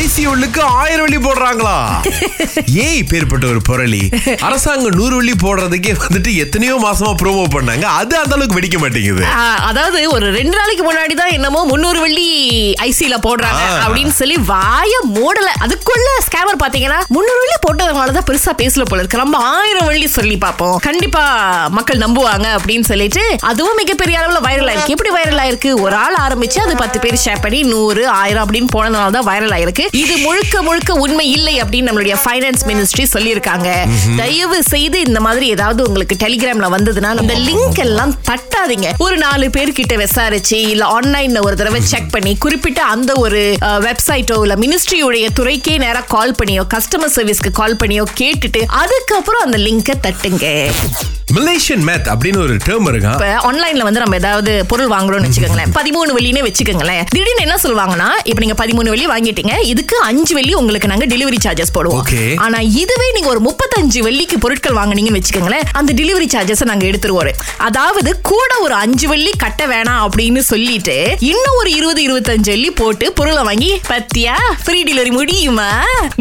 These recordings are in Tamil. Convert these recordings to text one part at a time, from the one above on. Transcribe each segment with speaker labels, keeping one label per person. Speaker 1: ஐசியூலுக்கு ஆயிரம் வெள்ளி போடுறாங்களா ஏன் இப்பேற்பட்ட ஒரு பொருளி அரசாங்கம் நூறு வெள்ளி போடுறதுக்கே வந்துட்டு எத்தனையோ மாசமா ப்ரோமோ பண்ணாங்க அது அந்த அளவுக்கு வெடிக்க மாட்டேங்குது
Speaker 2: ஆ, அதாவது ஒரு ரெண்டு நாளைக்கு முன்னாடி தான் என்னமோ முந்நூறு வெள்ளி ஐசில போடுறாங்க
Speaker 1: ஆ.
Speaker 2: அப்படின்னு சொல்லி வாய மூடல அதுக்குள்ள ஸ்கேமர் பாத்தீங்கன்னா முந்நூறு வெள்ளி போட்டதுனால தான் பெருசா பேசல போல இருக்கு நம்ம ஆயிரம் வெள்ளி சொல்லி பார்ப்போம் கண்டிப்பா மக்கள் நம்புவாங்க அப்படின்னு சொல்லிட்டு அதுவும் மிகப்பெரிய அளவுல வைரல் ஆயிருக்கு எப்படி வைரல் ஆயிருக்கு ஒரு ஆள் ஆரம்பிச்சு அது பத்து பேர் ஷேர் பண்ணி நூறு ஆயிரம் அப்படின்னு போனதுனால தான் வைரல் ஆயிருக்கு இது முழுக்க முழுக்க உண்மை இல்லை அப்படின்னு நம்மளுடைய ஃபைனான்ஸ் மினிஸ்ட்ரி சொல்லியிருக்காங்க தயவு செய்து இந்த மாதிரி ஏதாவது உங்களுக்கு டெலிகிராம்ல வந்ததுன்னா இந்த லிங்க் எல்லாம் தட்டாதீங்க ஒரு நாலு பேர்கிட்ட விசாரிச்சு இல்ல ஆன்லைன்ல ஒரு தடவை செக் பண்ணி குறிப்பிட்ட அந்த ஒரு வெப்சைட்டோ இல்ல மினிஸ்ட்ரியுடைய துறைக்கே நேரா கால் பண்ணியோ கஸ்டமர் சர்வீஸ்க்கு கால் பண்ணியோ கேட்டுட்டு அதுக்கப்புறம் அந்த லிங்கை தட்டுங்க
Speaker 1: மலேசியன் மேத் அப்படின்னு ஒரு டேர்ம் இருக்கா
Speaker 2: இப்ப ஆன்லைன்ல வந்து நம்ம ஏதாவது பொருள் வாங்குறோம்னு வச்சுக்கோங்களேன் பதிமூணு வெள்ளின்னு வச்சுக்கோங்களேன் திடீர்னு என்ன சொல்லுவாங்கன்னா இப்ப நீங்க பதிமூணு வெள்ளி வாங்கிட்டீங்க இதுக்கு அஞ்சு வெள்ளி உங்களுக்கு நாங்க டெலிவரி சார்ஜஸ் போடுவோம்
Speaker 1: Okay.
Speaker 2: ஆனா இதுவே நீங்க ஒரு முப்பத்தஞ்சு வெள்ளிக்கு பொருட்கள் வாங்குனீங்கன்னு வச்சுக்கோங்களேன் அந்த டெலிவரி சார்ஜஸ் நாங்க எடுத்துருவோம் அதாவது கூட ஒரு அஞ்சு வெள்ளி கட்ட வேணாம் அப்படின்னு சொல்லிட்டு இன்னும் ஒரு இருபது இருபத்தஞ்சு வெள்ளி போட்டு பொருளை வாங்கி பத்தியா ஃப்ரீ டெலிவரி முடியுமா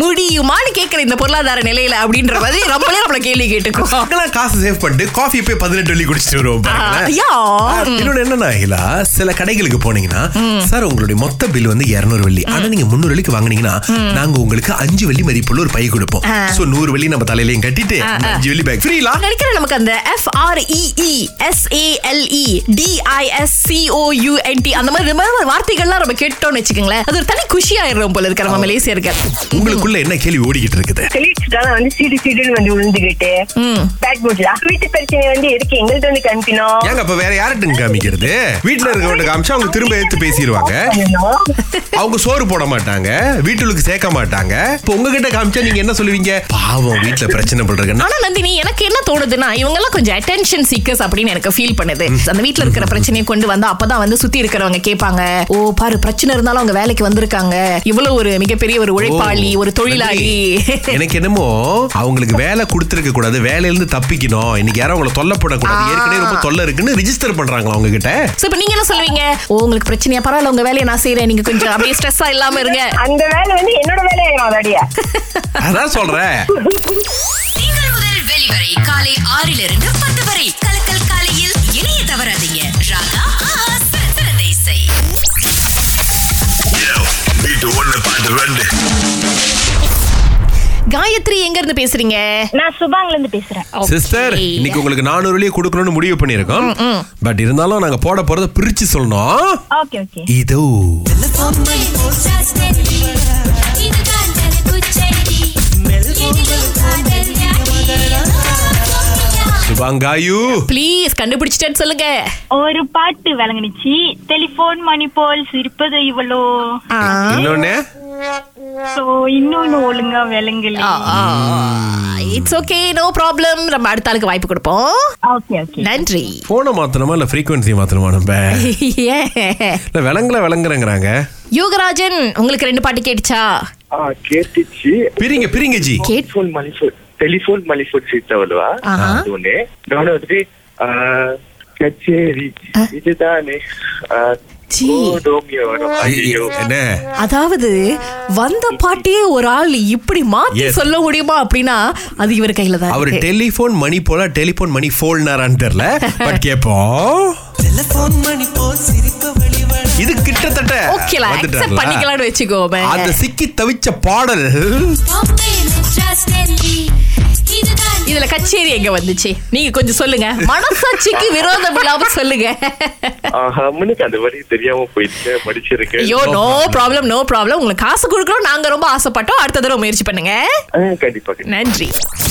Speaker 2: முடியுமான்னு கேட்கிற இந்த பொருளாதார நிலையில அப்படின்ற மாதிரி நம்மளே நம்மள கேள்வி கேட்டுக்கோ
Speaker 1: நாங்களாம் காசு சேவ் பண்ணிட்டு காஃபி போய் பதினெட்டு வெள்ளி குடிச்சிட்டு வருவோம் பாருங்களேன்.
Speaker 2: ஐயா.
Speaker 1: ஆ, இன்னொன்னு என்னன்னா அகிலா சில கடைகளுக்கு போனீங்கன்னா சார் உங்களுடைய மொத்த பில் வந்து 200 வெள்ளி ஆனா நீங்க 300 வெள்ளிக்கு வாங்குனீங்கன்னா நாங்க உங்களுக்கு அஞ்சு வெள்ளி மதிப்புள்ள ஒரு பை கொடுப்போம்
Speaker 2: ஆ.
Speaker 1: சோ நூறு வெள்ளி நம்ம தலையிலயும் கட்டிட்டு அந்த அஞ்சு வெள்ளி பேக் ஃப்ரீலா
Speaker 2: நான் நினைக்கிறேன் நமக்கு அந்த E F R E E S A L E D I S C O U N T அந்த மாதிரி இந்த மாதிரி வார்த்தைகள்லாம் நம்ம கேட்டோம்னு வச்சுக்கோங்களேன் அது ஒரு தனி குஷி ஆயிடுறோம் போல இருக்க நம்ம மலேசியா இருக்க
Speaker 1: உங்களுக்குள்ள என்ன கேள்வி ஓடிக்கிட்டு இருக்குது
Speaker 3: சொல்லிட்டுதானே வந்து சீடு சீடுன்னு வந்து விழுந்துகிட்டு
Speaker 2: ம்.
Speaker 3: பேட் மூட்ல வீட்டு பிரச்சனை வந்து எதுக்கு எங்கள்ட்ட வந்து காமிக்கணும்
Speaker 1: ஏங்க அப்ப வேற யார்கிட்ட காமிக்கிறது வீட்டுல இருக்கவங்க காமிச்சா அவங்க திரும்ப எடுத்து பேசிடுவாங்க
Speaker 3: பண்ணணும்.
Speaker 1: அவங்க சோறு போட மாட்டாங்க வீட்டுக்கு சேர்க்க மாட்டாங்க இப்ப உங்ககிட்ட காமிச்சா நீங்க என்ன சொல்லுவீங்க பாவம் வீட்டுல பிரச்சனை பண்றாங்க
Speaker 2: ஆனா நந்தினி எனக்கு என்ன தோணுதுன்னா இவங்க எல்லாம் கொஞ்சம் அட்டென்ஷன் சீக்கர்ஸ் அப்படின்னு எனக்கு ஃபீல் பண்ணுது அந்த வீட்ல இருக்கிற பிரச்சனையை கொண்டு வந்தா அப்பதான் வந்து சுத்தி இருக்கிறவங்க கேட்பாங்க ஓ பாரு பிரச்சனை இருந்தாலும் அவங்க வேலைக்கு வந்திருக்காங்க இவ்வளவு ஒரு மிகப்பெரிய ஒரு உழைப்பாளி ஒரு தொழிலாளி
Speaker 1: நன்றி. எனக்கு என்னமோ அவங்களுக்கு வேலை கொடுத்துருக்க கூடாது வேலையில இருந்து தப்பிக்கணும் இன்னைக்கு யாரும் அவங்கள தொல்லை போடக்கூடாது
Speaker 2: ஆ.
Speaker 1: ஏற்கனவே ரொம்ப தொல்லை இருக்குன்னு ரிஜிஸ்டர் பண்றாங்களா அவங்க கிட்ட
Speaker 2: சோ இப்ப நீங்க என்ன சொல்லுவீங்க ஓ உங்களுக்கு பிரச்சனையா பரவாயில்ல உங்க வேலையை நான் செய்றேன் நீங்க கொஞ்சம் அப்படியே ஸ்ட்ரெஸ்ஸா இல்லாம இருங்க
Speaker 3: அந்த வேலை வந்து என்னோட வேலை ஆயிரும் அதடியா
Speaker 1: அதான் சொல்றேன்
Speaker 4: திங்கள் முதல் வெளிவரை காலை ஆறிலிருந்து பத்து வரை கலக்கல் காலையில் இணைய தவறாதீங்க ராகா ஆஹா, சிறந்த இசை
Speaker 5: வீட்டு ஒண்ணு பாட்டு ரெண்டு
Speaker 2: காயத்ரி எங்க இருந்து பேசுறீங்க
Speaker 6: நான் சுபாங்ல இருந்து பேசுறேன்
Speaker 1: சிஸ்டர் இன்னைக்கு உங்களுக்கு நானூறு வழியை கொடுக்கணும்னு முடிவு பண்ணிருக்கோம் பட் இருந்தாலும் நாங்க போட போறத பிரிச்சு சொல்லணும்
Speaker 6: ஓகே ஓகே
Speaker 1: இதோ சுபாங்காயு
Speaker 2: ப்ளீஸ் கண்டுபிடிச்சிட்டேன்னு சொல்லுங்க
Speaker 6: ஒரு பாட்டு விளங்குனுச்சு டெலிபோன் மணி போல் சிரிப்பது இவ்வளோ
Speaker 1: இன்னொன்னு
Speaker 6: சோ இன்னொன்னு ஒழுங்கா விளங்கல
Speaker 2: இட்ஸ் ஓகே நோ ப்ராப்ளம் நம்ம அடுத்த ஆளுக்கு வாய்ப்பு கொடுப்போம்
Speaker 6: ஓகே ஓகே
Speaker 2: நன்றி
Speaker 1: போனை மாத்தணுமா இல்ல frequency மாத்தணுமா நம்ம
Speaker 2: ஏன்?
Speaker 1: இல்ல விலங்குல விலங்குறங்கிறாங்க
Speaker 2: யோகராஜன் உங்களுக்கு ரெண்டு பாட்டு கேட்டுச்சா
Speaker 7: ஆ கேட்டுச்சு
Speaker 1: பிரிங்க பிரிங்க ஜி
Speaker 2: கேட்
Speaker 7: phone money food telephone money food ಸಿಗ್ತಾವಲ್ವಾ
Speaker 2: ಆಹಾ.
Speaker 7: ಅದನ್ನೇ ನಾನು ಅದ್ರಿ ಆ, ಕಚೇರಿ ಇದು ತಾನೇ ಆ,
Speaker 2: ಛೀ.
Speaker 7: ಓ ಡೋಮಿಯೋ ಅವರ ಅಯ್ಯೋ.
Speaker 1: என்ன
Speaker 2: அதாவது வந்த பாட்டே ஒரு ஆள் இப்படி மாத்தி
Speaker 1: Yes.
Speaker 2: சொல்ல முடியுமா அப்படின்னா அது இவர் கையில தான்
Speaker 1: அவர்
Speaker 2: இருக்கு.
Speaker 1: டெலிபோன் மணி போல டெலிபோன் மணி ஃபோல்னரான்னு தெரியல பட் கேப்போம் இது கிட்டத்தட்ட
Speaker 2: ஓகேல அக்செப்ட்
Speaker 1: வந்துட்டாங்களா?
Speaker 2: பண்ணிக்கலாம்னு வச்சுக்கோமே
Speaker 1: அந்த சிக்கி தவிச்ச பாடல்
Speaker 2: இதுல கச்சேரி எங்க வந்துச்சு நீங்க கொஞ்சம் சொல்லுங்க மனசாட்சிக்கு விரோதம் இல்லாம சொல்லுங்க
Speaker 7: ஆஹா, முன்னுக்கு அந்த வரி தெரியாம போயிட்டு
Speaker 2: ஐயோ
Speaker 7: படிச்சிருக்கேன்
Speaker 2: நோ ப்ராப்ளம் நோ ப்ராப்ளம் உங்களுக்கு காசு கொடுக்கறோம் நாங்க ரொம்ப ஆசைப்பட்டோம் அடுத்த தடவை முயற்சி பண்ணுங்க
Speaker 7: ஆ, கண்டிப்பா கண்டிப்பா
Speaker 2: நன்றி